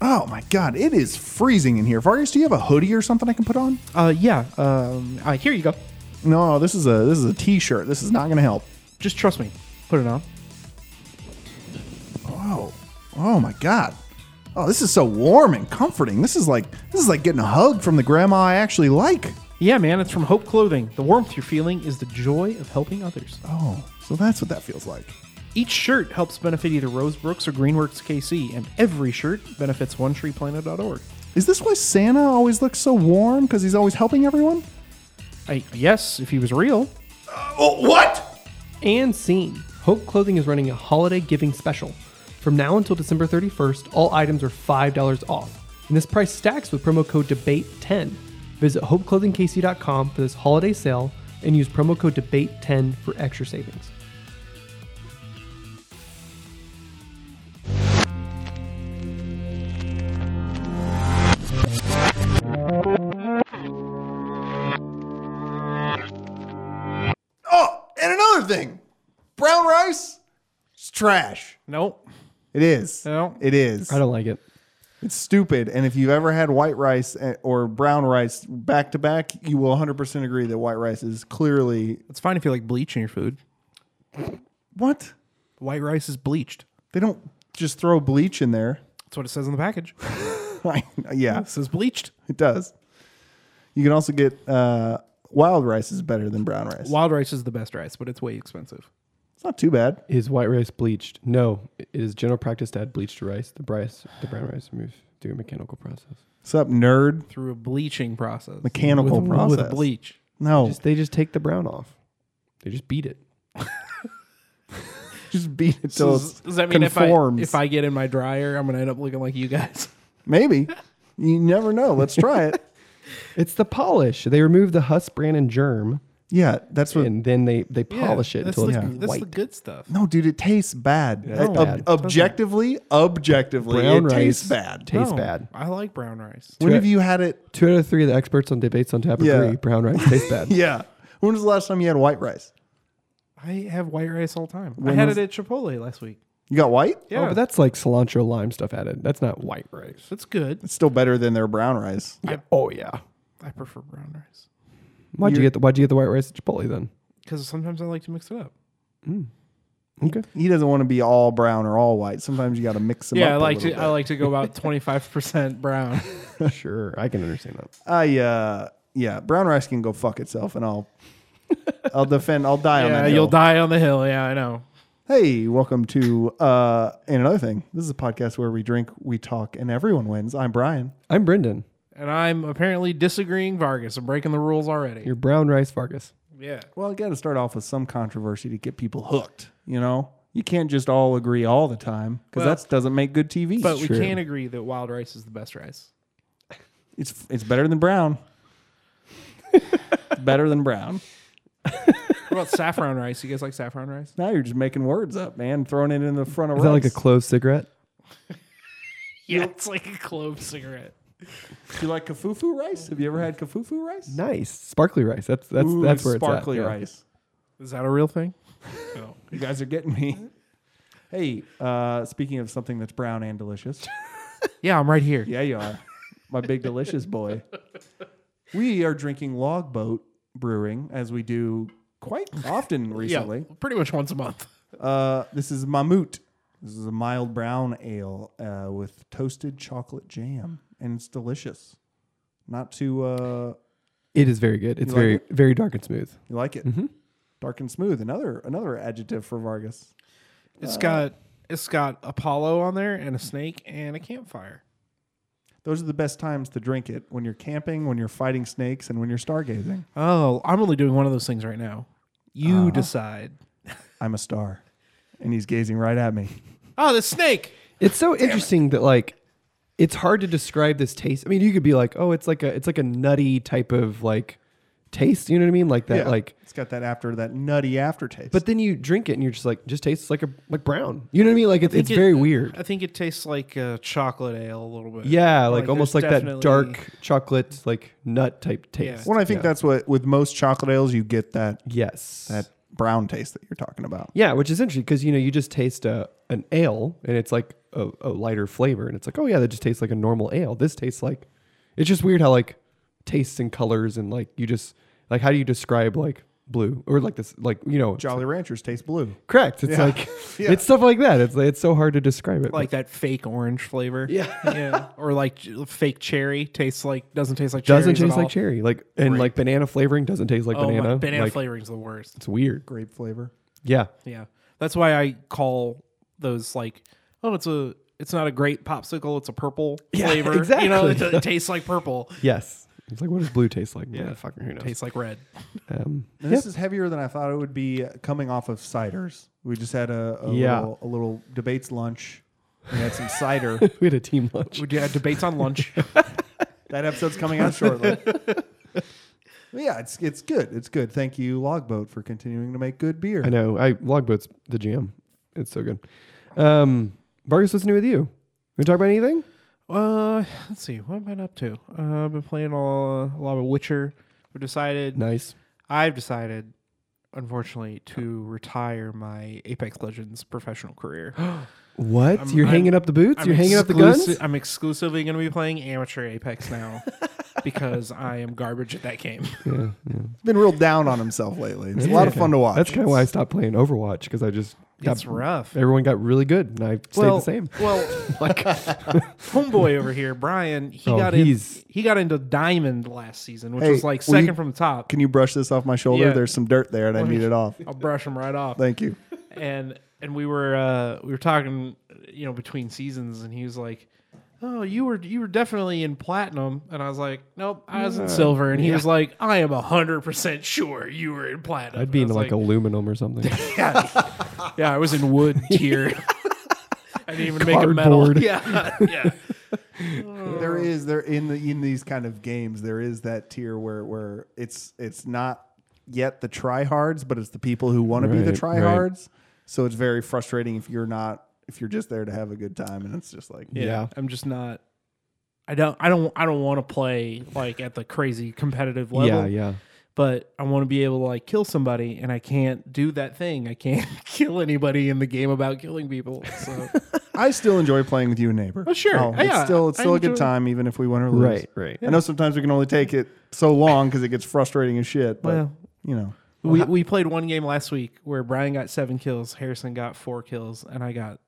Oh my god, it is freezing in here. Vargas, do you have a hoodie or something I can put on? Uh, yeah. Um, uh, here you go. No, this is a this is a t-shirt. This is not going to help. Just trust me. Put it on. Oh, oh my god. Oh, this is so warm and comforting. This is like this is like getting a hug from the grandma I actually like. Yeah, man. It's from Hope Clothing. The warmth you're feeling is the joy of helping others. Oh, so that's what that feels like. Each shirt helps benefit either Rosebrooks or Greenworks KC, and every shirt benefits OneTreePlanet.org. Is this why Santa always looks so warm? Because he's always helping everyone? I, yes, if he was real. Oh, what? and seen. Hope Clothing is running a holiday giving special. From now until December 31st, all items are $5 off. And this price stacks with promo code DEBATE10. Visit hopeclothingkc.com for this holiday sale and use promo code DEBATE10 for extra savings. Oh, and another thing. Brown rice? It's trash. Nope. It is. No. It is. I don't like it. It's stupid. And if you've ever had white rice eh, or brown rice back to back, you will 100% agree that white rice is clearly. It's fine if you like bleach in your food. What? White rice is bleached. They don't just throw bleach in there. That's what it says on the package. yeah, It says bleached. it does. You can also get uh, wild rice is better than brown rice. Wild rice is the best rice, but it's way expensive. It's not too bad. Is white rice bleached? No, it is general practice to add bleached rice. The rice, the brown rice moves through a mechanical process. What's up, nerd? Through a bleaching process. Mechanical with, process. With bleach. No, just, they just take the brown off. They just beat it. beat it till does, it does that mean if I, conforms. if I get in my dryer, I'm going to end up looking like you guys? Maybe. You never know. Let's try it. It's the polish. They remove the husk, bran, and germ, Yeah, that's what. and then they, they polish it that's until the, it's That's white. the good stuff. no, dude, it tastes bad. it's Ob- bad. objectively, objectively, Brown it rice tastes bad. tastes No, bad. I like brown rice. When have you had it? Two out of three of the experts on debates on tap Yeah. agree brown rice tastes bad. Yeah. When was the last time you had white rice? I have white rice all the time. I had it at Chipotle last week. You got white? Yeah, Oh, but that's like cilantro lime stuff added. That's not white rice. that's good. It's still better than their brown rice. Oh yeah. I prefer brown rice Why'd you get the Why'd you get the white rice at Chipotle then? because sometimes I like to mix it up. Okay. He doesn't want to be all brown or all white. Sometimes you got to mix them up. Yeah, I a like to. little uh, I like to go about twenty five percent brown. sure, I can understand that. bit. I uh yeah, brown rice can go fuck itself and I'll I'll defend I'll die on yeah, that. you'll hill. die on the hill. Yeah, I know. Hey, welcome to uh and another thing. This is a podcast where we drink, we talk, and everyone wins. I'm Brian. I'm Brendan. And I'm apparently disagreeing Vargas. I'm breaking the rules already. You're brown rice Vargas. yeah. Well, you got to start off with some controversy to get people hooked. You know, you can't just all agree all the time because Well, that doesn't make good TV. But we true. can agree that wild rice is the best rice. it's it's better than brown. It's better than brown. What about saffron rice? You guys like saffron rice? Now you're just making words up, man, throwing it in the front of Is that like a rice. clove cigarette? Yeah, it's like a clove cigarette. you like kafufu rice? Have you ever had kafufu rice? Nice. Sparkly rice. That's that's Ooh, that's where sparkly it's at. yeah. rice. Is that a real thing? No. You guys are getting me. Hey, uh, speaking of something that's brown and delicious. Yeah, I'm right here. Yeah, you are. My big delicious boy. We are drinking Logboat Brewing as we do quite often recently. pretty much once a month. Uh, this is Mammut. This is a mild brown ale uh, with toasted chocolate jam, and it's delicious. Not too, uh, It is very good. It's You like very very dark and smooth. you like it? Dark and smooth. Another another adjective for Vargas. It's got it's got Apollo on there and a snake and a campfire. Those are the best times to drink it when you're camping, when you're fighting snakes, and when you're stargazing. Oh, I'm only doing one of those things right now. You decide. I'm a star, and he's gazing right at me. Oh, the snake. It's so interesting that like it's hard to describe this taste. I mean, you could be like, oh, it's like a it's like a nutty type of like taste. You know what I mean? Like that Yeah. like. it's got that after that nutty aftertaste. But then you drink it and you're just like, just tastes like a like brown. You know what I mean? Like it's, it's think it- very weird. I think it tastes like uh, chocolate ale a little bit. Yeah, like, almost there's like that definitely- dark chocolate like nut type taste. well, I think that's what with most chocolate ales you get that Yes. that brown taste that you're talking about. Yeah, which is interesting because you know you just taste a an ale and it's like a, a lighter flavor, and it's like, oh yeah, that just tastes like a normal ale. This tastes like, it's just weird how like tastes and colors and like you just like how do you describe like blue or like this like you know Jolly Ranchers taste blue. correct? It's Yeah. like Yeah. it's stuff like that. It's like, it's so hard to describe it. but- like that fake orange flavor. Yeah, yeah. Or like j- fake cherry tastes like doesn't taste like doesn't cherries at taste like all. cherry. Like and Right. like banana flavoring doesn't taste like Oh, banana. my, banana Like, flavoring's the worst. It's weird. Grape flavor. Yeah. Yeah, that's why I call those like oh it's a it's not a grape popsicle it's a purple Yeah, flavor. You know it, exactly. it tastes like purple. Yes. It's like what does blue taste like? Yeah. Fucking who knows. Tastes like red. um, And This is heavier than I thought it would be coming off of ciders. We just had a, a, Yeah. little, a little debates lunch. We had some cider. we had a team lunch. We had debates on lunch. That episode's coming out shortly. But yeah, it's it's good. It's good. Thank you, Logboat, for continuing to make good beer. I know. I logboat's the jam. It's so good. Um, Vargas, what's new with you? We talk about anything? Uh, let's see. What have I been up to? Uh, I've been playing a, a lot of Witcher. I've decided. Nice. I've decided, unfortunately, to retire my Apex Legends professional career. What? You're I'm- hanging up the boots? I'm You're hanging up the exclusi- guns? I'm exclusively going to be playing amateur Apex now because I am garbage at that game. He's been real down on himself lately. It's a lot of fun to watch. That's kind of why I stopped playing Overwatch because I just got, It's rough. everyone got really good and I stayed well, the same. Well, like homeboy over here, Brian, he Oh, got he's- in. He got into diamond last season, which Hey, was like will you- second from the top. Can you brush this off my shoulder? Yeah. There's some dirt there, and I need it off. I'll brush him right off. Thank you. and and we were uh, we were talking, you know, between seasons, and he was like, "Oh, you were you were definitely in platinum," and I was like, "Nope, I Uh, was in silver," and he was like, "I am hundred percent sure you were in platinum." I'd be And into I like, was aluminum or something. yeah, I was in wood tier. I didn't even make a metal. Cardboard. Yeah, yeah. There is there in the in these kind of games there is that tier where where it's it's not yet the tryhards, but it's the people who want to be the Right, right. tryhards. So it's very frustrating if you're not if you're just there to have a good time, and it's just like yeah, Yeah. I'm just not. I don't. I don't. I don't want to play like at the crazy competitive level. yeah, yeah. but I want to be able to like kill somebody, and I can't do that thing. I can't kill anybody in the game about killing people. So I still enjoy playing with you, and neighbor. Oh, sure. it's Yeah, still it's I still a good enjoy- time, even if we win or lose. Right, right. I know sometimes we can only take it so long because it gets frustrating as shit. But Well. you know, we we played one game last week where Brian got seven kills, Harrison got four kills, and I got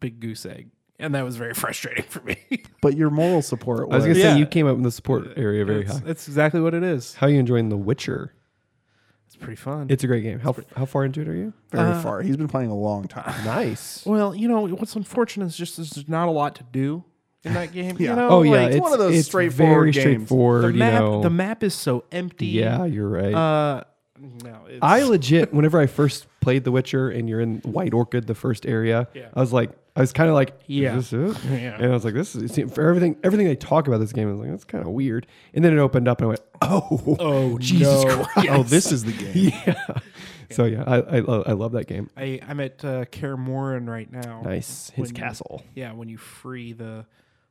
big goose egg, and that was very frustrating for me. but your moral support I was was, going to Yeah. say, you came up in the support area very It's- high. That's exactly what it is. How are you enjoying The Witcher? It's pretty fun. It's a great game. How, how far into it are you? very far. He's been playing a long time. Nice. well, you know what's unfortunate is just there's not a lot to do in that game. Yeah. You know, Oh yeah, like, one of those it's straightforward very games. straightforward. the you map know. the map is so empty. yeah, you're right. Uh, no, it's, I legit, whenever I first played The Witcher, and you're in White Orchid, the first area, Yeah. I was like, I was kind of like, Yeah. is this it? Yeah. And I was like, this is it seemed- for everything. Everything they talk about this game, I was like, that's kind of weird. And then it opened up, and I went, oh, oh Jesus no. Christ. Oh, this is the game. So yeah, I I, lo- I love that game. I, I'm at uh, Kaer Morhen right now. Nice, his When- castle. Yeah, when you free the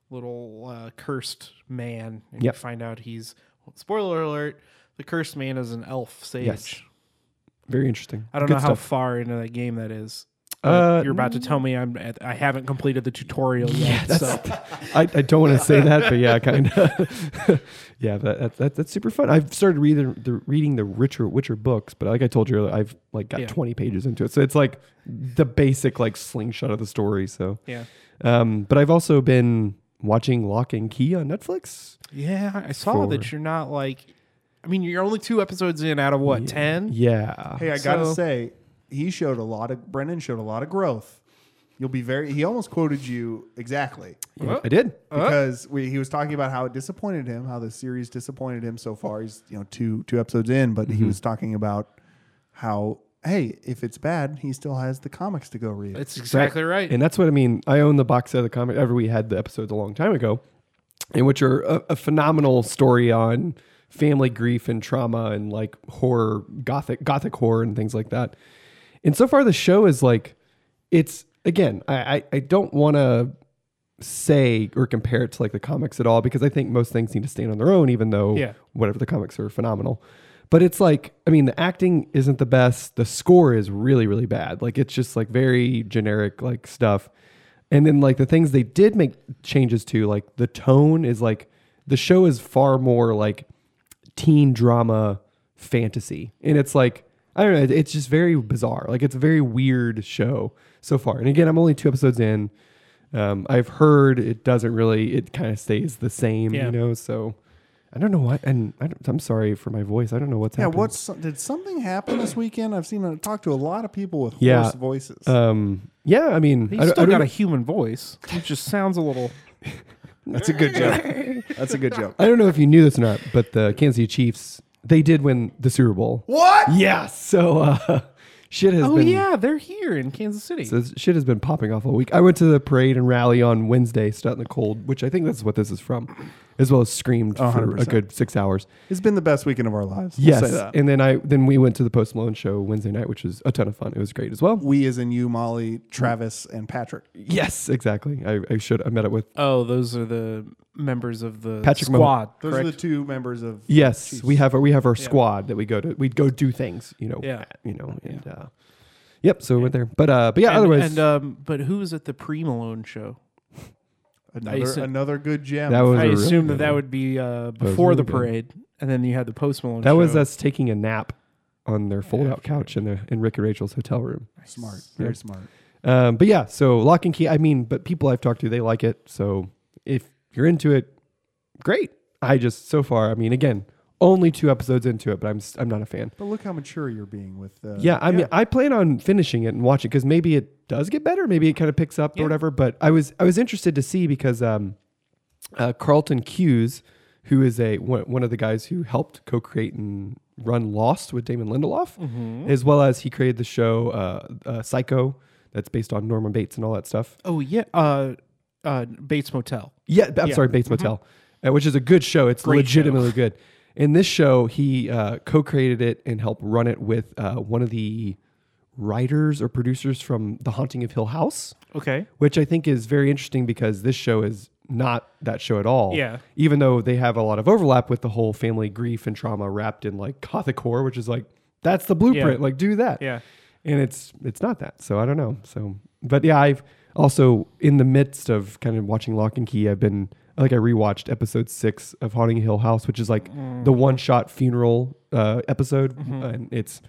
little uh, cursed man, and Yep. you find out he's spoiler alert: the cursed man is an elf sage. Yes. Very interesting. I don't Good know how stuff. far into that game that is. Uh, but You're about to tell me I'm at, I haven't completed the tutorial yet. so I, I don't want to say that, but yeah, kind of. yeah, that, that, that, that's super fun. I've started reading the reading the Richard Witcher books, but like I told you, earlier, I've like got Yeah. twenty pages into it, so it's like the basic like slingshot of the story. So, yeah, um, but I've also been watching Lock and Key on Netflix. yeah. I saw Forward. that you're not like. I mean, you're only two episodes in out of what ten? Yeah, Hey, I gotta So- say, he showed a lot of Brennan showed a lot of growth. You'll be very. He almost quoted you exactly Yeah, I did. because we, he was talking about how it disappointed him, how the series disappointed him so far. He's you know two two episodes in, but Mm-hmm. he was talking about how hey, if it's bad, he still has the comics to go read. That's exactly right. And that's what I mean. I own the box set of the comic. Ever we had the episodes a long time ago, and which are a, a phenomenal story on family grief and trauma and like horror, gothic, gothic horror and things like that. And so far, the show is like, it's again. I I, I don't want to say or compare it to like the comics at all because I think most things need to stand on their own, even though Yeah. whatever the comics are phenomenal. But it's like, I mean, the acting isn't the best. The score is really, really bad. Like it's just like very generic like stuff. And then like the things they did make changes to, like the tone is like the show is far more like teen drama fantasy. And it's like I don't know, it- it's just very bizarre. Like it's a very weird show so far. And again, I'm only two episodes in. Um, I've heard it doesn't really it kind of stays the same, Yeah. you know, so I don't know what, and I don't, I'm sorry for my voice. I don't know what's Yeah, happening. what's did something happen this weekend? I've seen I've talked to a lot of people with Yeah. hoarse voices. Um, yeah, I mean, He's I, don't- still I don't, got a human voice. It just sounds a little. That's a good joke. That's a good joke. I don't know if you knew this or not, but the Kansas City Chiefs they did win the Super Bowl. What? Yeah, so uh, shit has Oh been yeah, they're here in Kansas City. so this shit has been popping off all week. I went to the parade and rally on Wednesday, stood out in the cold, which I think that's what this is from, as well as screamed for a 100%. good six hours. It's been the best weekend of our lives. I'll say Yes, that. and then I then we went to the Post Malone show Wednesday night, which was a ton of fun. It was great as well. We as in you, Molly, Travis, and Patrick. Yes, exactly. I, I should I met up with oh, those are the members of the Patrick Mahomes. squad. Those correct? are the two members of Yes, we have our, we have our squad that we go to. We'd go do things, you know. Yeah. you know, and uh, yep. So we went there, but uh, but yeah. And, otherwise, and um, but who was at the pre Malone show? another said- another good gem. that was I a real- assume that that would be uh, before the parade, and then you had the post Malone. that was show. us taking a nap on their fold out couch in the in Rick and Rachel's hotel room. smart, very smart. Um, but yeah, so lock and key. I mean, but people I've talked to, they like it. So if you're into it, great. I just so far, I mean, again, only two episodes into it, but I'm s- I'm not a fan. But look how mature you're being with. Uh, Yeah, I mean, I plan on finishing it and watching because maybe it does get better, maybe it kind of picks up or whatever. But I was I was interested to see because um, uh, Carlton Cuse, who is a one, one of the guys who helped co-create and run Lost with Damon Lindelof, as well as he created the show uh, uh, Psycho that's based on Norman Bates and all that stuff. Oh yeah, uh, uh, Bates Motel. Yeah, I'm sorry, Bates Motel, uh, which is a good show. It's legitimately good. In this show, he uh, co-created it and helped run it with uh, one of the writers or producers from The Haunting of Hill House, Okay. which I think is very interesting because this show is not that show at all. Yeah. Even though they have a lot of overlap with the whole family grief and trauma wrapped in like gothic horror, which is like that's the blueprint. Like do that Yeah. and it's it's not that so i don't know so but yeah i've also in the midst of kind of watching lock and key i've been like i rewatched episode six of haunting hill house which is like Mm. the one shot funeral uh, episode Mm-hmm. and it's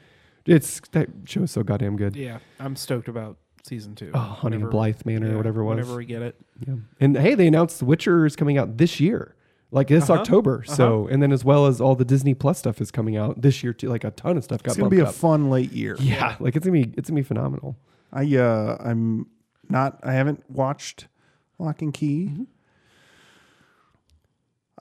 it's that show is so goddamn good Yeah, I'm stoked about season two. oh, haunting Whenever- blythe manor yeah, or whatever it was Whenever we get it. yeah. and hey they announced the witcher is coming out this year like this Uh-huh. october so and then as well as all the disney plus stuff is coming out this year too like a ton of stuff got it's gonna bumped be a up fun late year. yeah like it's gonna be it's gonna be phenomenal I uh, I'm not. I haven't watched Lock and Key. Mm-hmm.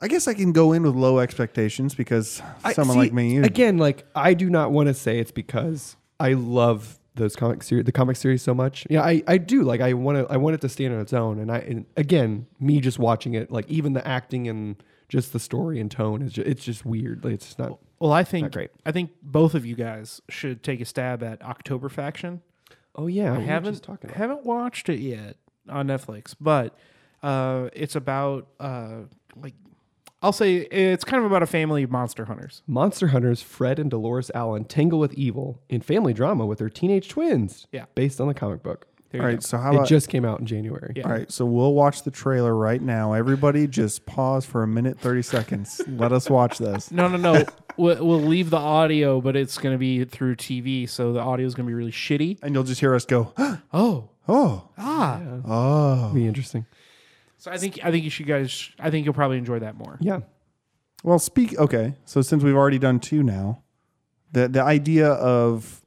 I guess I can go in with low expectations because I- someone see, like me again like i do not want to say it's because i love those comic series the comic series so much yeah i, I do like i want to i want it to stand on its own and i and again me just watching it like even the acting and just the story and tone is just, it's just weird like, it's just not Well, I think Not great. I think both of you guys should take a stab at October Faction. oh yeah I haven't talking about. haven't watched it yet on Netflix, but uh, it's about uh, like I'll say it's kind of about a family of monster hunters. monster hunters fred and dolores allen tangle with evil in family drama with their teenage twins Yeah. based on the comic book All right, so how it about just came out in january Yeah. all right? So we'll watch the trailer right now. Everybody, just pause for a minute, thirty seconds. Let us watch this. No, no, no. we'll, we'll leave the audio, but it's going to be through TV, so the audio is going to be really shitty. and you'll just hear us go, Oh, oh, ah. oh. be interesting So I think I think you should guys. I think you'll probably enjoy that more. yeah Well, speak. Okay, so since we've already done two now, the the idea of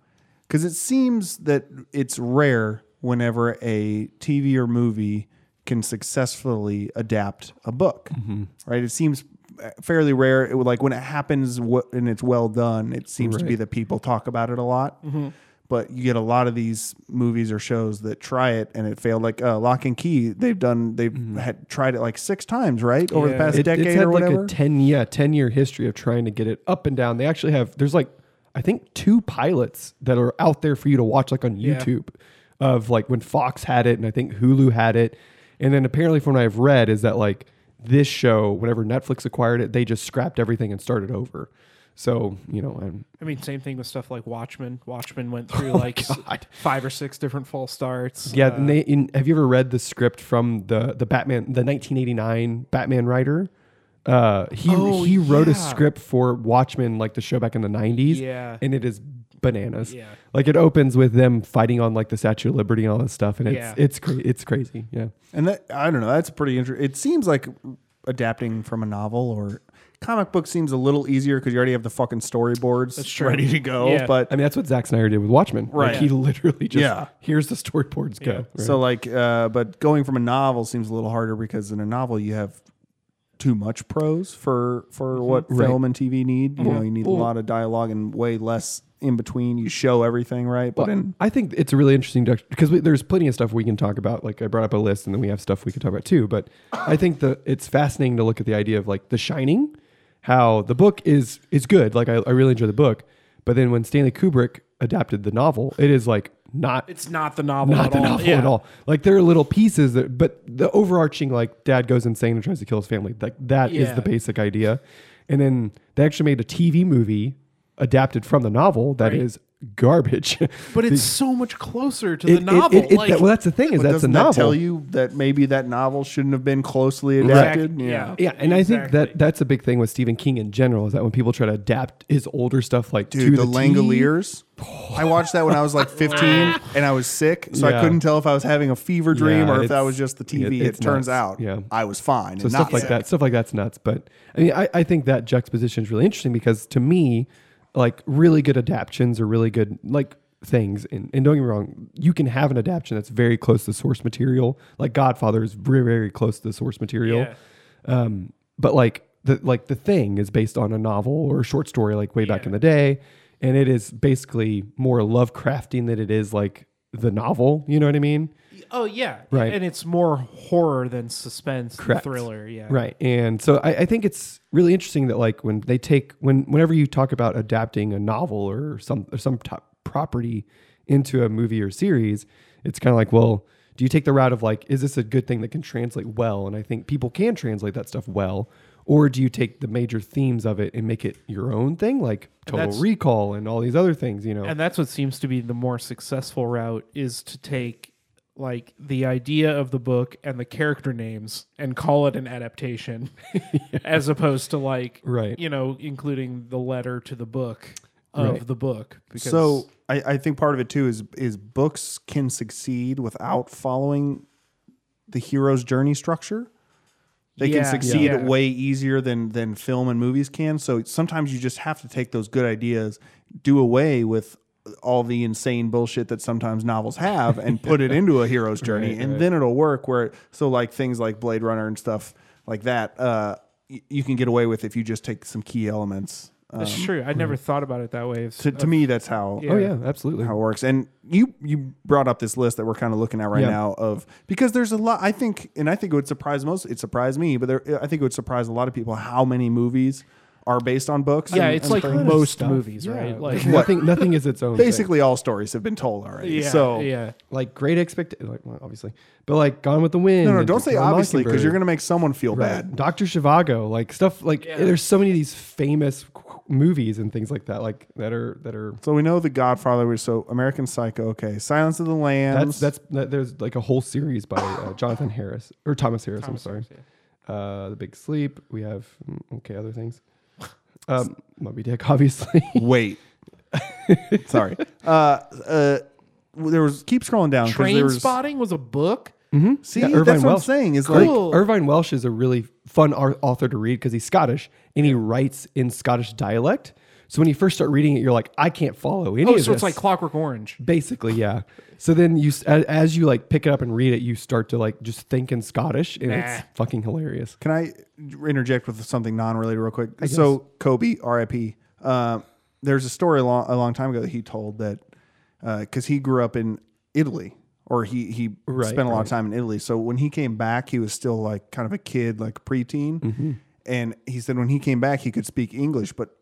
because it seems that it's rare whenever a TV or movie can successfully adapt a book, Mm-hmm. right? It seems uh, fairly rare. It would, like when it happens wh- and it's well done, it seems to be that people talk about it a lot. Mm-hmm. But you get a lot of these movies or shows that try it and it failed. Like uh, Lock and Key, they've done they've had tried it like six times, right, over the Yeah. past Mm-hmm. It- decade it's had or whatever. like a 10 yeah 10 year history of trying to get it up and down they actually have there's like i think two pilots that are out there for you to watch like on youtube of like when fox had it and i think hulu had it and then apparently from what i've read is that like this show whenever netflix acquired it they just scrapped everything and started over So you know, I'm, I mean, same thing with stuff like Watchmen. Watchmen went through like s- Oh, God. five or six different false starts. yeah. Uh, and they, in, have you ever read the script from the the Batman, the 1989 Batman writer? Uh, he Oh, he wrote a yeah. script for Watchmen, like the show back in the 90s, Yeah. and it is bananas. Yeah. Like it opens with them fighting on like the Statue of Liberty and all this stuff, and it's Yeah. it's cra- it's crazy. Yeah. And that I don't know. That's pretty interesting. It seems like adapting from a novel or comic book seems a little easier because you already have the fucking storyboards That's true. ready to go. Yeah. But I mean, that's what Zack Snyder did with Watchmen. Like, Right. he literally just Yeah. here's the storyboards go. Right. so like, uh, but going from a novel seems a little harder because in a novel you have too much prose for for what Mm-hmm. Right. Mm-hmm. film and TV need. You know, you need Well- a lot of dialogue and way less in between. You show everything right, but Well, in I think it's a really interesting doc- because we, there's plenty of stuff we can talk about. Like I brought up a list, and then we have stuff we could talk about too. But I think the it's fascinating to look at the idea of like The Shining, how the book is is good. Like I, I really enjoy the book, but then when Stanley Kubrick adapted the novel, it is like not it's not the novel not at the all. novel Yeah. at all. Like there are little pieces that, but the overarching like dad goes insane and tries to kill his family. Like that is Yeah. the basic idea. And then they actually made a TV movie adapted from the novel that Right. is garbage. But it's so much closer to It- the it- novel. it- it- like, well, that's the thing is but that's a doesn't novel. that tell you that maybe that novel shouldn't have been closely adapted? Exact- yeah. yeah, and I think Exactly. that that's a big thing with Stephen King in general is that when people try to adapt his older stuff, like Dude, to the, T, Langoliers. I watched that when I was like 15 and I was sick, so Yeah. I couldn't tell if I was having a fever dream Yeah, or if that it's- was just the TV. it- It, it's turns nuts. out Yeah. I was fine. So and stuff not like sick. that, stuff like that's nuts. But I mean, I, I think that juxtaposition is really interesting because to me, like really good adaptions are really good like things. And, and don't get me wrong, you can have an adaptation that's very close to source material. Like Godfather is very very close to the source material. Yeah. Um, but like the like the thing is based on a novel or a short story like way back in the day, and it is basically more Lovecraftian than it is like the novel. You know what I mean? Oh yeah, Right. And it's more horror than suspense, and Correct. thriller. Yeah, Right. And so I, I think it's really interesting that like when they take when whenever you talk about adapting a novel or some or some top property into a movie or series, it's kind of like, well, do you take the route of like, is this a good thing that can translate well? And I think people can translate that stuff well. Or do you take the major themes of it and make it your own thing, like Total that's- Recall and all these other things, you know? And that's what seems to be the more successful route is to take like the idea of the book and the character names and call it an adaptation, as opposed to like Right. you know, including the letter to the book of Right. the book. Because So I, I think part of it too is is books can succeed without following the hero's journey structure. They Yeah, can succeed yeah. way easier than than film and movies can. So sometimes you just have to take those good ideas, do away with all the insane bullshit that sometimes novels have, and put it into a hero's journey, and then it'll work. Where so like things like Blade Runner and stuff like that, uh, y- you can get away with if you just take some key elements. Uh, that's true. I never thought about it that way. It's- to, to me, that's how oh yeah, absolutely. how it works. And you you brought up this list that we're kind of looking at right Yeah. now of because there's a lot. I think, and I think it would surprise most. It surprised me, but there, I think it would surprise a lot of people how many movies are based on books. yeah, and- it's and like things. of most stuff. movies, right? Like nothing nothing is its own. thing. basically all stories have been told already. yeah, so yeah. like great expect like well, obviously but like gone with the wind no, no, and don't To say Kill a obviously because Mockingbird. you're gonna make someone feel right. bad. dr shivago like stuff like there's so many of these famous movies and things like that like that are that are So we know the Godfather. We so American Psycho. Okay, Silence of the Lambs. that's that's that, there's like a whole series by uh, jonathan harris or thomas harris i'm sorry uh the big sleep we have mm, okay other things um moby dick obviously wait. Sorry. Uh, uh, there was keep scrolling down. 'cause there Train was- Spotting was a book. See, Yeah, Irvine that's what I'm Welsh. saying. Is Like, like Cool. Irvine Welsh is a really fun ar- author to read because he's Scottish and he writes in Scottish dialect. So when you first start reading it, you're like, I can't follow any Oh, of so it's this. like Clockwork Orange. basically, yeah. So then you, s- a- as you like pick it up and read it, you start to like just think in Scottish, and it's Nah. fucking hilarious. Can I interject with something non-related real quick? So Kobe, R.I.P. Um, there's a story a long, a long time ago that he told that because he grew up in Italy or he he Right, spent a lot of time in Italy. So when he came back, he was still like kind of a kid, like preteen. Mm-hmm. And he said when he came back, he could speak English, but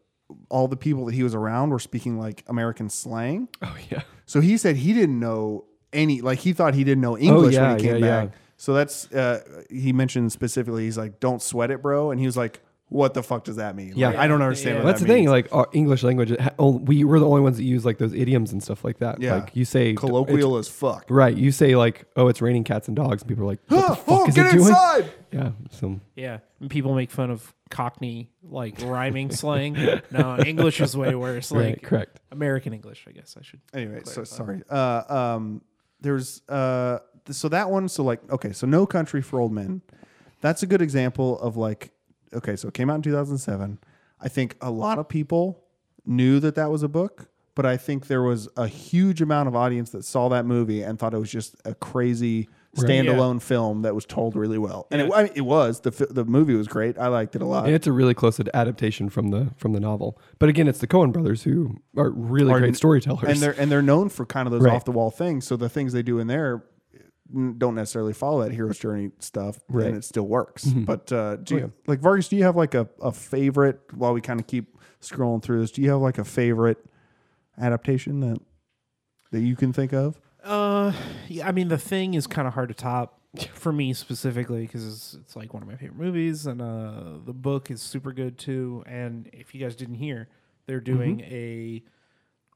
all the people that he was around were speaking like American slang. Oh yeah, So he said he didn't know any, like he thought he didn't know English yeah, when he came yeah, yeah. back. So that's uh, he mentioned specifically. He's like, "Don't sweat it, bro," and he was like, what the fuck does that mean? Yeah. Like, I don't understand. Yeah. What That's that the thing. means. Like our English language, it ha- oh, we we're the only ones that use like those idioms and stuff like that. Yeah. Like you say colloquial as fuck. it's- right? You say like, "Oh, it's raining cats and dogs," and people are like, "What the Oh, fuck oh, is get it doing?" inside! Yeah. So Yeah, and people make fun of Cockney like rhyming slang. No, English is way worse. Like right, correct. American English, I guess I should. Anyway, so sorry. Uh, um, there's uh, th- so that one. So like, okay, so No Country for Old Men. That's a good example of like, okay, so it came out in 2007. I think a lot of people knew that that was a book, but I think there was a huge amount of audience that saw that movie and thought it was just a crazy standalone film that was told really well. And it, I mean, it was the fi- the movie was great. I liked it a lot. And it's a really close adaptation from the from the novel. But again, it's the Cohen brothers who are really are- great storytellers. and they're and they're known for kind of those Right. off the wall things. So the things they do in there mm, don't necessarily follow that hero's journey stuff, Right. Mm-hmm. Oh, and it still works. But uh, do you, like Vargas? Do you have like a, a favorite? While we kind of keep scrolling through this, do you have like a favorite adaptation that that you can think of? Uh, yeah, I mean, the thing is kind of hard to top for me specifically because it's, it's like one of my favorite movies, and uh, the book is super good too. And if you guys didn't hear, they're doing a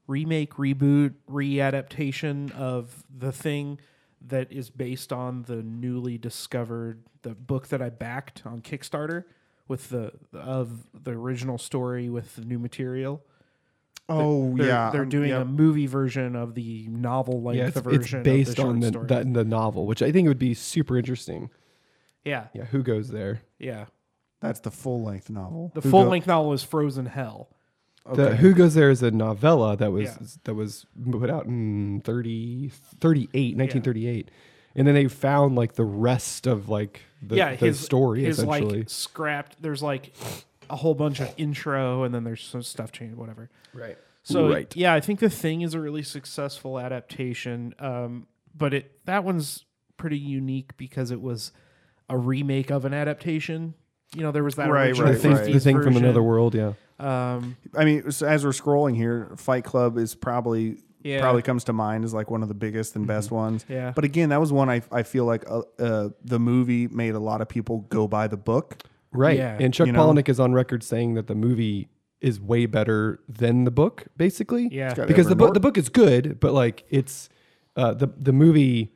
remake, reboot, readaptation of the thing that is based on the newly discovered the book that I backed on Kickstarter with the of the original story with the new material. Oh They're, yeah, they're um, doing yeah. a movie version of the novel length yeah, it's, it's version. of the based short on the, story. the the novel, which I think would be super interesting. Yeah, Yeah, who goes there? yeah. that's the full length novel. The Who full go- length novel is Frozen Hell. The, Who Goes There is a novella that was Yeah. that was put out in 30, 38, 1938. And then they found like the rest of like the, yeah, the his story is essentially. like scrapped. There's like a whole bunch of intro, and then there's some stuff changed, whatever. right. So Right. yeah, I think the thing is a really successful adaptation. Um, but it that one's pretty unique because it was a remake of an adaptation. You know, there was that Right, original The right, thing, right. the thing from 50s another version. world, yeah. Um, I mean, so as we're scrolling here, Fight Club is probably Yeah. Mm-hmm. probably comes to mind as like one of the biggest and best ones. Yeah. But again, that was one I I feel like uh, uh, the movie made a lot of people go buy the book. Right. Yeah. And Chuck You know? Palahniuk is on record saying that the movie is way better than the book, basically. yeah, got Because the Edward book the book is good, but like it's uh, the the movie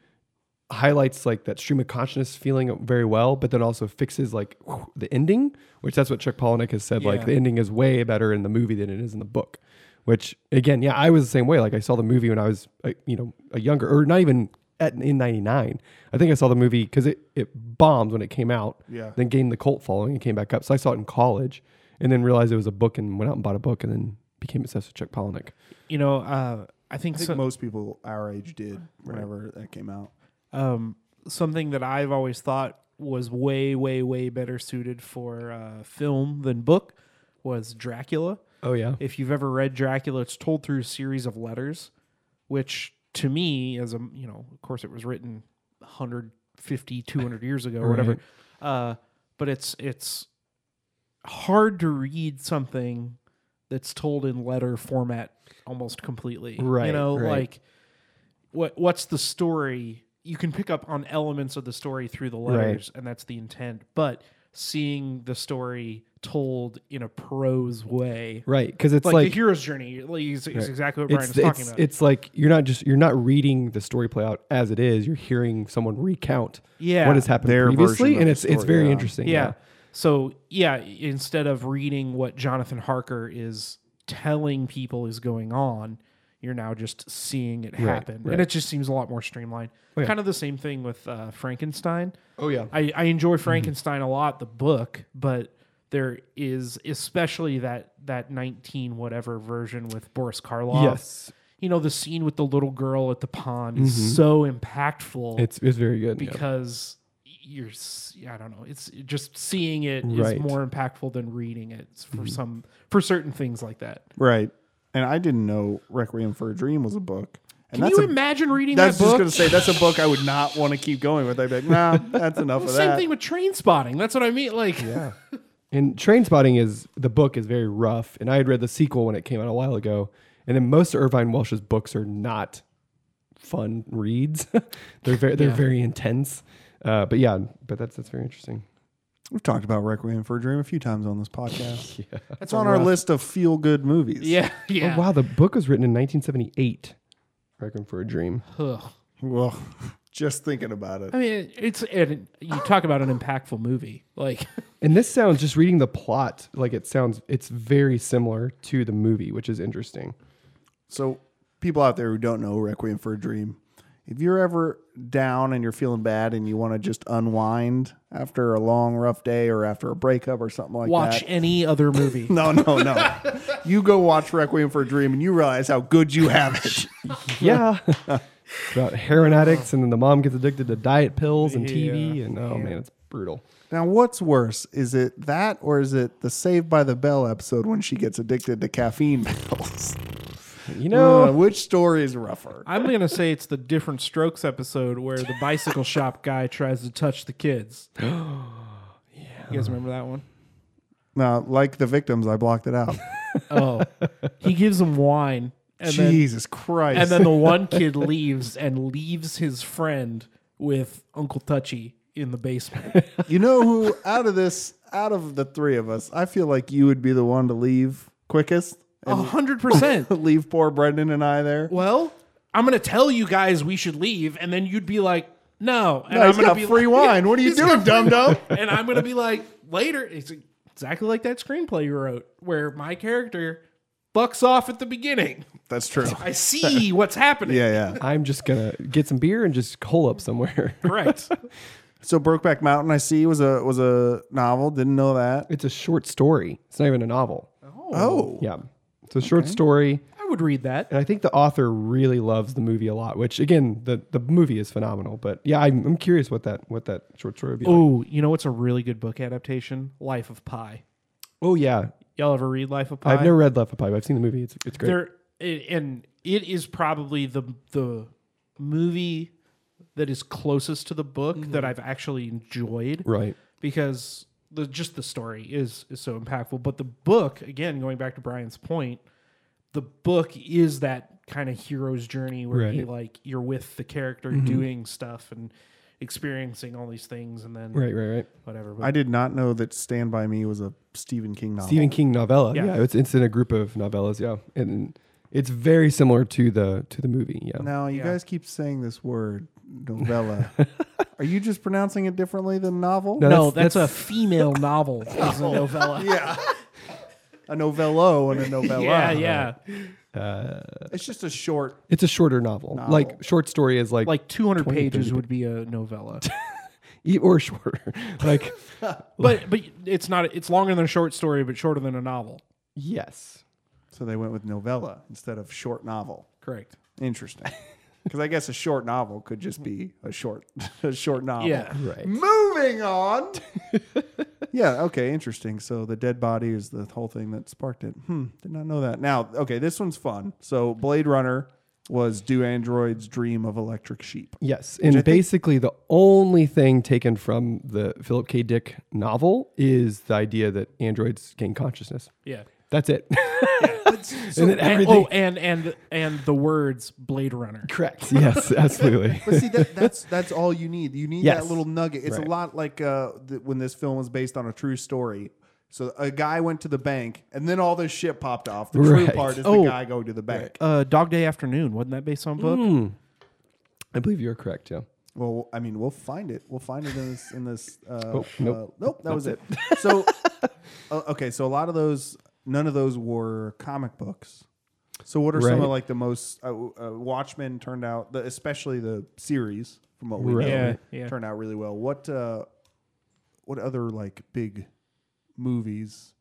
highlights like that stream of consciousness feeling very well, but then also fixes like the ending, which that's what Chuck Palahniuk has said. Yeah. Like the ending is way better in the movie than it is in the book. Which again, yeah, I was the same way. Like I saw the movie when I was, uh, you know, a younger, or not even at, in '99. I think I saw the movie because it it bombed when it came out. Yeah. Then gained the cult following and came back up. So I saw it in college, and then realized it was a book and went out and bought a book and then became obsessed with Chuck Palahniuk. you know, uh, I think, I think so- most people our age did whenever that came out. um, something that I've always thought was way, way, way better suited for uh, film than book was Dracula. Oh yeah. If you've ever read Dracula, it's told through a series of letters, which to me, as a you know, of course, it was written 150, 200 years ago or whatever. Right. Uh, but it's it's hard to read something that's told in letter format almost completely. You Right, know, right. like what what's the story? You can pick up on elements of the story through the Right. letters, and that's the intent. But seeing the story told in a prose way, Right, because it's like, like, the hero's journey, like, is, is Right. exactly what Brian it's was talking it's, about. it's like you're not just you're not reading the story play out as it is. You're hearing someone recount yeah, what has happened Their version previously, of and the it's it's story, very yeah. interesting. Yeah. So yeah, instead of reading what Jonathan Harker is telling people is going on, you're now just seeing it happen, right. Oh, and it just seems a lot more streamlined. yeah. Kind of the same thing with uh, Frankenstein. Oh yeah. I, I enjoy Frankenstein a lot, the book, but there is especially that that 19 whatever version with Boris Karloff. yes, Mm-hmm. You know, the scene with the little girl at the pond is so impactful it's it's very good. yeah. because you're s- I don't know. It's just seeing it is Right. more impactful than reading it for Mm-hmm. some for certain things like that. Right. And I didn't know Requiem for a Dream was a book. And Can that's you a, imagine reading that's that just book? gonna say that's a book I would not want to keep going with. I'd be like, nah, that's enough of Same that. thing with train spotting. That's what I mean. Like, And Train Spotting is the book is very rough, and I had read the sequel when it came out a while ago. And then most of Irvine Welsh's books are not fun reads; they're very they're very intense. Uh, but yeah, but that's that's very interesting. We've talked about Requiem for a Dream a few times on this podcast. That's on our list of feel good movies. Yeah, yeah. Oh, wow, the book was written in 1978. Reckon for a Dream. Ugh. Well, just thinking about it. I mean, it's it, you talk about an impactful movie. Like, And this sounds just reading the plot like it sounds it's very similar to the movie, which is interesting. So, people out there who don't know Requiem for a Dream, if you're ever down and you're feeling bad and you want to just unwind after a long, rough day or after a breakup or something like watch that. any other movie. No, no, no. you go watch Requiem for a Dream and you realize how good you have it. Yeah. It's about heroin addicts and then the mom gets addicted to diet pills and TV Yeah. and oh man, it's brutal. Now, what's worse? Is it that or is it the Saved by the Bell episode when she gets addicted to caffeine pills? You know, Oh. Uh, which story is rougher? I'm gonna say it's the Different Strokes episode where the bicycle shop guy tries to touch the kids. yeah, you guys remember that one? Now, like the victims, I blocked it out. Oh, he gives them wine, and then Jesus Christ. and then the one kid leaves and leaves his friend with Uncle Touchy in the basement. you know who out of this, out of the three of us, I feel like you would be the one to leave quickest A and hundred percent. leave poor Brendan and I there. Well, I'm gonna tell you guys we should leave, and then you'd be like, no, and No, I'm he's gonna got be free like, wine. What are you doing, dum dum? and I'm gonna be like later. It's exactly like that screenplay you wrote, where my character bucks off at the beginning. That's true. I see what's happening. Yeah, yeah. I'm just gonna get some beer and just hole up somewhere. Correct. So Brokeback Mountain, I see, was a was a novel. Didn't know that. It's a short story. It's not even a novel. Oh, Yeah. It's a short story. I would read that. And I think the author really loves the movie a lot, which again, the, the movie is phenomenal. But yeah, I'm, I'm curious what that what that short story would be. Like. Oh, you know what's a really good book adaptation? Life of Pi. Oh yeah, Y'all ever read Life of Pi? I've never read Left of Pie, but I've seen the movie. It's it's great. There, it, and it is probably the the movie that is closest to the book that I've actually enjoyed. Mm-hmm. right. because the just the story is is so impactful. But the book, again, going back to Brian's point, the book is that kind of hero's journey where he Right. Mm-hmm. like you're with the character doing stuff and experiencing all these things and then Right, right, right. whatever. But I did not know that Stand by Me was a Stephen King novel. Stephen King novella. Yeah. Yeah. it's it's in a group of novellas. Yeah, and it's very similar to the to the movie. Yeah, Now you Yeah. guys keep saying this word novella. Are you just pronouncing it differently than novel? No. no, that's- Oh. that's, a female novel. It's a novella. Yeah. a novello and a novella. Yeah, yeah. It's just a short. it's a shorter novel. Novel. Like short story is like, Like 200 20, pages 30 would be a novella. e- or shorter. like but but it's not it's longer than a short story but shorter than a novel. yes, So they went with novella instead of short novel. Correct. Interesting. Because I guess a short novel could just be a short, a short novel. Yeah. right. Moving on. yeah. Okay. Interesting. So the dead body is the whole thing that sparked it. Hmm. Did not know that. Now, okay, this one's fun. So Blade Runner was Do Androids Dream of Electric Sheep? Yes, and basically the only thing taken from the Philip K. Dick novel is the idea that androids gain consciousness. Yeah. That's it. and, and then everything. oh, and and and the words Blade Runner. Correct. Yes, absolutely. But see, that, that's that's all you need. You need that Yes. little nugget. It's Right. a lot like uh, th- when this film was based on a true story. So a guy went to the bank, and then all this shit popped off. The true Right. part is Oh. the guy going to the bank. uh, Dog Day Afternoon. Wasn't that based on a book? I believe you're correct. Yeah. Well, I mean, we'll find it. We'll find it in this. In this. Uh, Oh, uh, nope. nope. That was it. so, uh, okay. So a lot of those, none of those were comic books. So what are some Right. of like the most uh, uh, Watchmen turned out, the, especially the series from what we Right. know, Yeah, yeah. turned out really well. What uh, what other like big movies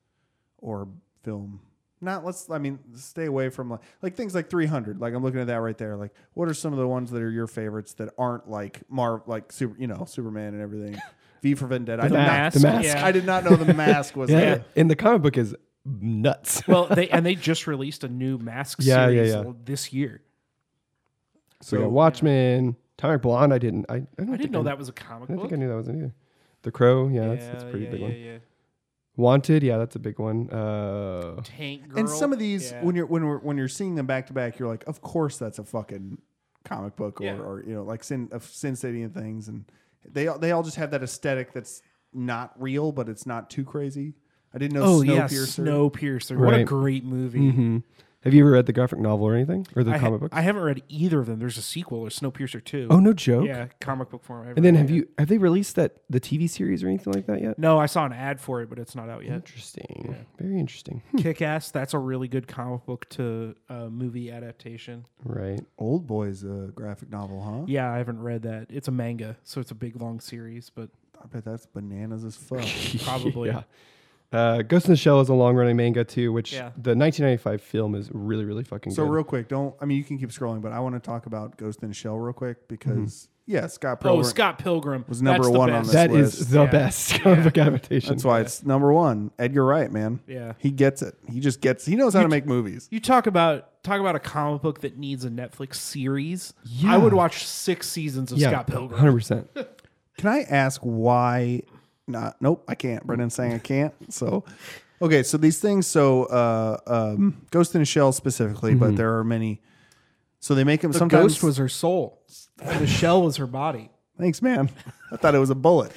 or film? Not let's. I mean, stay away from like like things like 300. Like I'm looking at that right there. Like, what are some of the ones that are your favorites that aren't like Marv, like super, you know, Superman and everything. V for Vendetta. I did, Mask. Not, The Mask. Yeah. I did not know the mask was. Yeah. there. And the comic book is nuts. well, they and they just released a new mask Yeah, yeah, series yeah. this year. So we got Watchmen, Atomic Blonde. I didn't. I, I, don't I think didn't know that was a comic I don't book. think I knew that was in either. The Crow. Yeah, that's, that's a pretty yeah, big yeah, one. yeah. Wanted. Yeah, that's a big one. Uh, Tank Girl. And some of these, Yeah. when you're when we're, when you're seeing them back to back, you're like, of course that's a fucking comic book, or, Yeah. uh, or you know, like Sin of Sin City and things, and they all- they all just have that aesthetic that's not real, but it's not too crazy. I didn't know. Oh Snowpiercer. yeah, Snowpiercer. What a Right. great movie. mm-hmm. Have you ever read the graphic novel or anything or the I, ha- comic book? I haven't read either of them. There's a sequel. There's Snowpiercer two. oh no joke. yeah, comic book form. I haven't And then read have it. you have they released that the TV series or anything like that yet? No, I saw an ad for it, but it's not out yet. Interesting. Very interesting. Hmm. Kick Ass. That's a really good comic book to uh, movie adaptation. Right. Old Boy's a graphic novel, huh? Yeah, I haven't read that. It's a manga, so it's a big long series, but I bet that's bananas as fuck. Oh, probably. yeah. Uh, Ghost in the Shell is a long running manga too, which Yeah. the 1995 film is really really fucking so good. real quick, don't. I mean, you can keep scrolling, but I want to talk about Ghost in the Shell real quick because yeah, Scott Mm-hmm. Oh, Pilgrim. Scott Pilgrim was number That's the one on best. this that is list. the Yeah. best comic book adaptation. That's why it's number one. Edgar Wright, man. Yeah. he gets it. He just gets. He knows how to make movies. You talk about talk about a comic book that needs a Netflix series. I would watch six seasons of yeah, Scott Pilgrim. 100%. Can I ask why? Not. Nope. I can't. Brendan's saying I can't. So, okay. So these things. So, uh, um, Ghost in the Shell specifically, but there are many. So they make them The sometimes. Mm-hmm. ghost was her soul. The shell was her body. Thanks, man. I thought it was a bullet.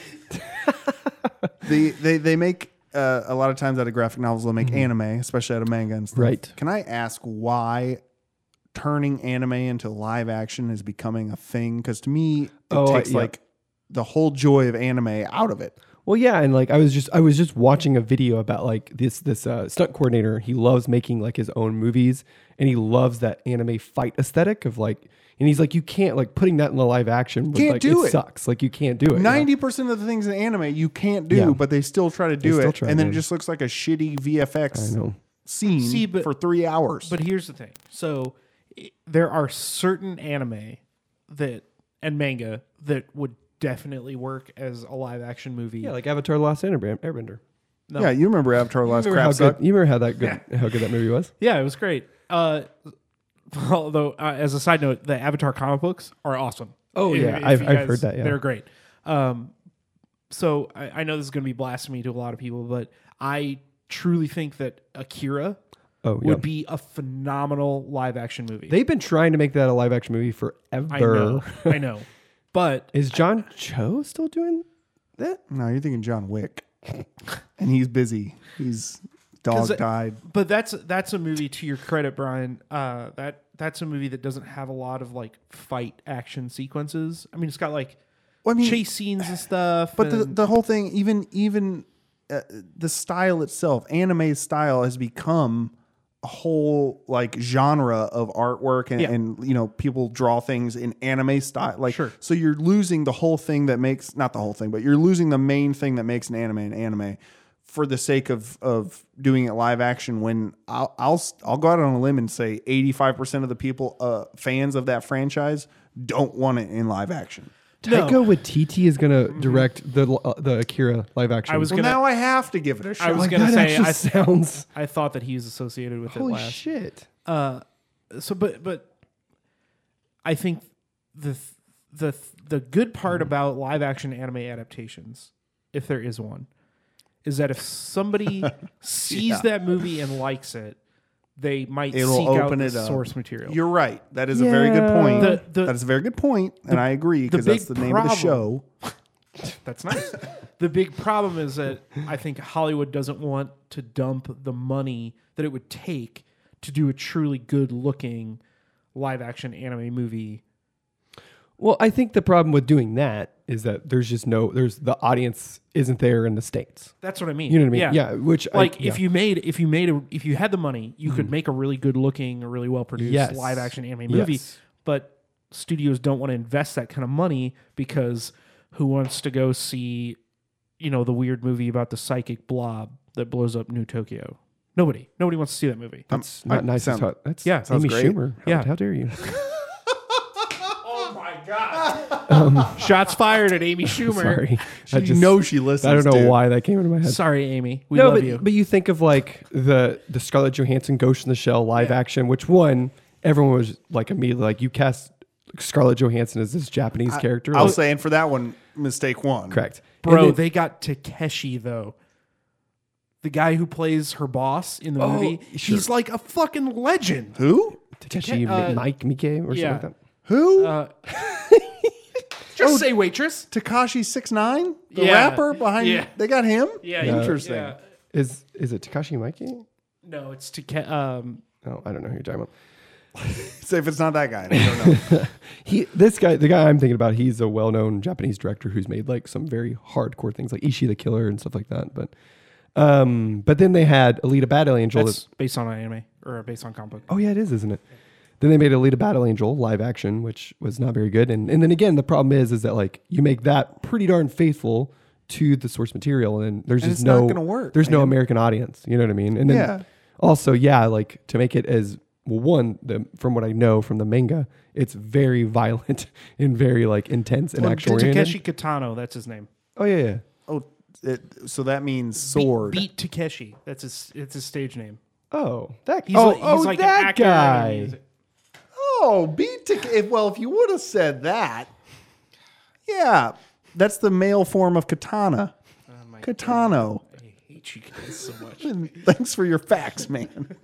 the they they make uh, a lot of times out of graphic novels. They'll make anime, especially out of manga and stuff. Mm-hmm. Right. Can I ask why turning anime into live action is becoming a thing? Because to me, it Oh, I- takes yeah. like the whole joy of anime out of it. Well, yeah, and like I was just I was just watching a video about like this this uh, stunt coordinator. He loves making like his own movies, and he loves that anime fight aesthetic of like. And he's like, you can't like putting that in the live action. would, Can't like, do it. Sucks. Like you can't do it. yeah. Ninety percent of the things in anime you can't do, Yeah. but they still try to do still it, try, and then man. it just looks like a shitty VFX I know. scene See, but- for three hours. But here's the thing. So i- there are certain anime that and manga that would definitely work as a live action movie. Yeah, like Avatar: The Last Airbender. Airbender. yeah, you remember Avatar: Last Remember how Crap Suck? good, you remember how that good how good that movie was? Yeah, it was great. Uh, although, uh, as a side note, the Avatar comic books are awesome. Oh, If- yeah. if I've- you I've heard that, yeah. they're great. Um, so I, I know this is going to be blasphemy to a lot of people, but I truly think that Akira Oh, yeah. would be a phenomenal live action movie. They've been trying to make that a live action movie I forever. know, I know, but Is John Cho still doing that? No, you're thinking John Wick, and he's busy. He's dog 'Cause uh, it- died. but that's that's a movie to your credit, Brian. Uh, that that's a movie that doesn't have a lot of like fight action sequences. I mean, it's got like Well, I mean, chase scenes and stuff. Mm. but the, and- the whole thing, even even uh, the style itself, anime style has become a whole like genre of artwork, and, Yeah. and you know people draw things in anime style. Like, Sure. so you're losing the whole thing that makes not the whole thing, but you're losing the main thing that makes an anime an anime. For the sake of of doing it live action, when I'll I'll s- I'll go out on a limb and say eighty five percent of the people uh, fans of that franchise don't want it in live action. No. Mm-hmm. Taika Waititi is gonna direct the uh, the Akira live action. I was Well, gonna. now I have to give it a shot. I was like, gonna that say actually I, sounds. I thought that he was associated with it Holy last. shit! so, but but I think the th- the th- the good Mm-hmm. part about live action anime adaptations, if there is one, is that if somebody sees that movie and likes it, they might It'll seek out open the it up. source material. You're right. That is a very good point. The- the- that is a very good point, and I agree because big that's the name of the problem- show. That's nice. the big problem is that I think Hollywood doesn't want to dump the money that it would take to do a truly good looking live action anime movie. Well, I think the problem with doing that is that there's just no there's the audience isn't there in the states. That's what I mean. You know what I mean? Yeah, which I- like yeah. Mm. if you made if you made a, if you had the money, you could make a really good looking, a really well produced Yes. live action anime movie. Yes. But studios don't want to invest that kind of money because who wants to go see, you know, the weird movie about the psychic blob that blows up New Tokyo? Nobody. Nobody wants to see that movie. That's not I- nice. sound- as hell. That's yeah, Amy sounds great. Schumer. How, Yeah. how dare you? Shots fired at Amy Schumer. Sorry, I you know she listens. I don't know dude. why that came into my head. Sorry, Amy. We no, love but you. but you think of like the the Scarlett Johansson Ghost in the Shell live action, which one everyone was like immediately like you cast Scarlett Johansson as this Japanese character. I like, was saying for that one, mistake one. correct, And Bro, then- they got Takeshi though. The guy who plays her boss in Oh, the movie, sure. he's like a fucking legend. Who? Takeshi uh, Mike Mike Miike or yeah. something like that. Who? Oh, Just say waitress. Takashi six nine, the Yeah. rapper behind. Yeah. They got him. Yeah, Yeah. you- Interesting. yeah. Is is it Takashi Mikey? No, it's to ca- um. Oh, I don't know who you're talking about. So if it's not that guy, I don't know. He, this guy, the guy I'm thinking about, he's a well-known Japanese director who's made like some very hardcore things, like Ishi the Killer and stuff like that. But, um, but then they had Alita Battle Angel. That's based on an anime or based on comic book. Oh yeah, it is, isn't it? Then they made Alita Battle Angel live action, which was not very good. And and then again, the problem is is that like you make that pretty darn faithful to the source material, and there's And just it's no not gonna work, There's no American audience. You know what I mean? And then Yeah. also, yeah, like to make it as well, one the, from what I know from the manga, it's very violent and very like intense and action oriented. Takeshi Kitano, that's his name. Oh yeah, yeah. Oh, it, so that means sword. Beat, beat Takeshi. That's his. It's his stage name. Oh, that He's oh, like, he's oh like an that actor in anime guy. music. Oh, beat Taka- if Well, if you would have said that, yeah, that's the male form of katana. Oh Katano. I hate you guys so much. Thanks for your facts, man.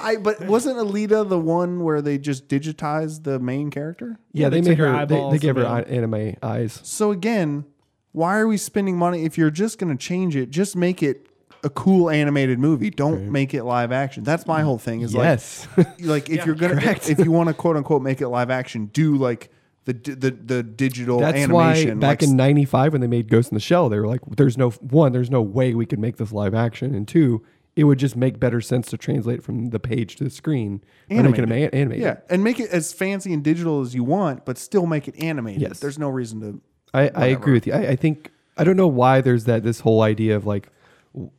I but wasn't Alita the one where they just digitized the main character? Yeah, they, they made took her her. They, they eyeballs gave her and eye- anime eyes. So again, why are we spending money if you're just going to change it? Just make it a cool animated movie. Don't make it live action. That's my whole thing. Is like Yes. like if you're gonna if you want to quote unquote make it live action, do like the di- the the digital That's animation. why back like, in '95 when they made Ghost in the Shell, they were like, "There's no one, there's no way we could make this live action, and two, it would just make better sense to translate from the page to the screen and make it Animated. ama- animated." yeah, and make it as fancy and digital as you want, but still make it animated. Yes. there's no reason to. I, I agree with you. I, I think I don't know why there's that this whole idea of like w-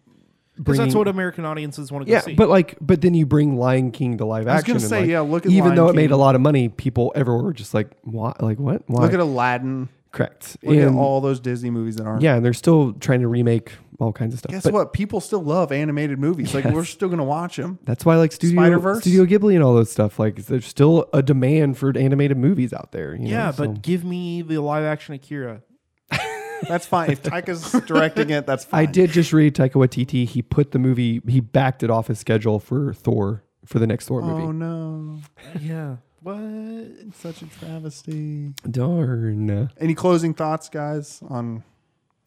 Because bringing. that's what American audiences want to go yeah, see. but like, but then you bring Lion King to live action. was gonna and, say, like, yeah, look at even Lion though it made a King. lot of money, people everywhere were just like, "Why? Like what? Why?" Look at Aladdin. Correct. Look at And- all those Disney movies that aren't. yeah, and they're still trying to remake all kinds of stuff. Guess But- what? People still love animated movies. Like we're still gonna watch them. That's why like Studio Spider-Verse? Studio Ghibli and all those stuff. Like there's still a demand for animated movies out there. you know, yeah, so- but give me the live action Akira. That's fine. if Taika's directing it, that's fine. I did just read Taika Waititi. He put the movie. He backed it off his schedule for Thor for the next Thor Oh movie. no! yeah. What? Such a travesty. Darn. Any closing thoughts, guys, on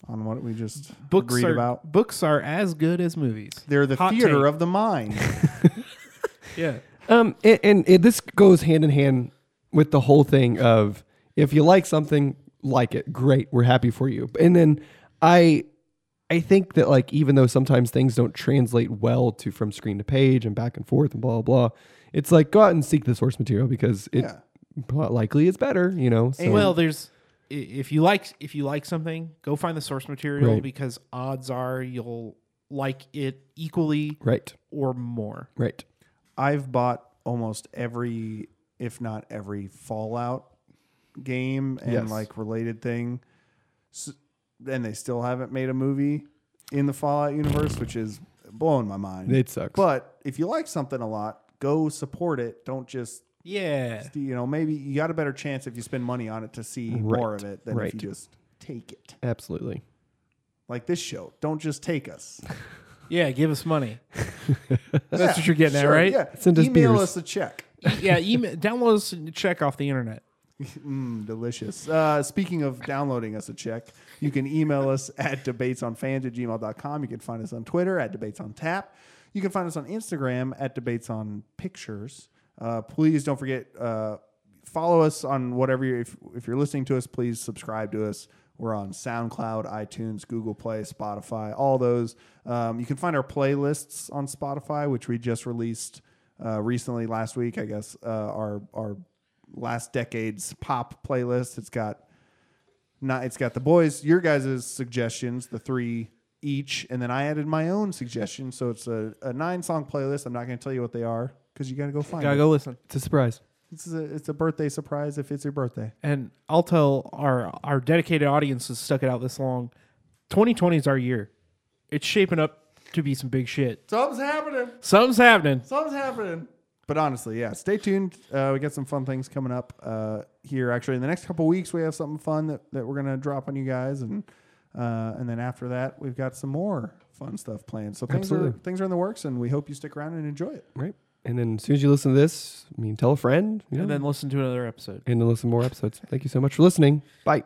on what we just Books agreed are about? books are as good as movies. They're the Hot theater take. of the mind. yeah. Um, and, and it, this goes hand in hand with the whole thing of if you like something, like it, great, we're happy for you. And then I, I think that like even though sometimes things don't translate well to from screen to page and back and forth and blah blah, blah it's like go out and seek the source material because it Yeah. likely is better, you know. So well, there's i- if you like if you like something, go find the source material Right. because odds are you'll like it equally right, or more. right, I've bought almost every, if not every, Fallout game and Yes. like related thing, S and they still haven't made a movie in the Fallout universe, which is blowing my mind. it sucks. but if you like something a lot, go support it. Don't just Yeah. you know maybe you got a better chance if you spend money on it to see more Right, of it than right. if you just take it. Absolutely. Like this show, don't just take us. Yeah, give us money. That's Yeah, what you're getting sure, at, right? E, Yeah. Send us Email beers. us a check. yeah, email, download us and check off the internet. Mm, delicious. Uh, speaking of downloading us a check, you can email us at debatesonfans at gmail.com. You can find us on Twitter at debatesontap. You can find us on Instagram at debatesonpictures. Uh, please don't forget, uh, follow us on whatever you're, if, if you're listening to us, please subscribe to us. We're on SoundCloud, iTunes, Google Play, Spotify, all those. Um, you can find our playlists on Spotify, which we just released uh, recently last week, I guess. Uh, our our last decade's pop playlist. It's got not it's got the boys, your guys' suggestions, the three each, and then I added my own suggestions. So it's a, a nine song playlist. I'm not gonna tell you what they are because you gotta go find Gotta them. go listen. It's a surprise. This is a it's a birthday surprise if it's your birthday. And I'll tell our our dedicated audience has stuck it out this long. 2020 is our year. It's shaping up to be some big shit. Something's happening. Something's happening. Something's happening. But honestly, yeah, stay tuned. Uh, we got some fun things coming up uh, here. Actually, in the next couple weeks, we have something fun that, that we're gonna drop on you guys, and uh, and then after that, we've got some more fun stuff planned. So things are Absolutely. things are in the works, and we hope you stick around and enjoy it. Right. And then as soon as you listen to this, I mean, tell a friend, you know, and then listen to another episode. and then listen to more episodes. Thank you so much for listening. Bye.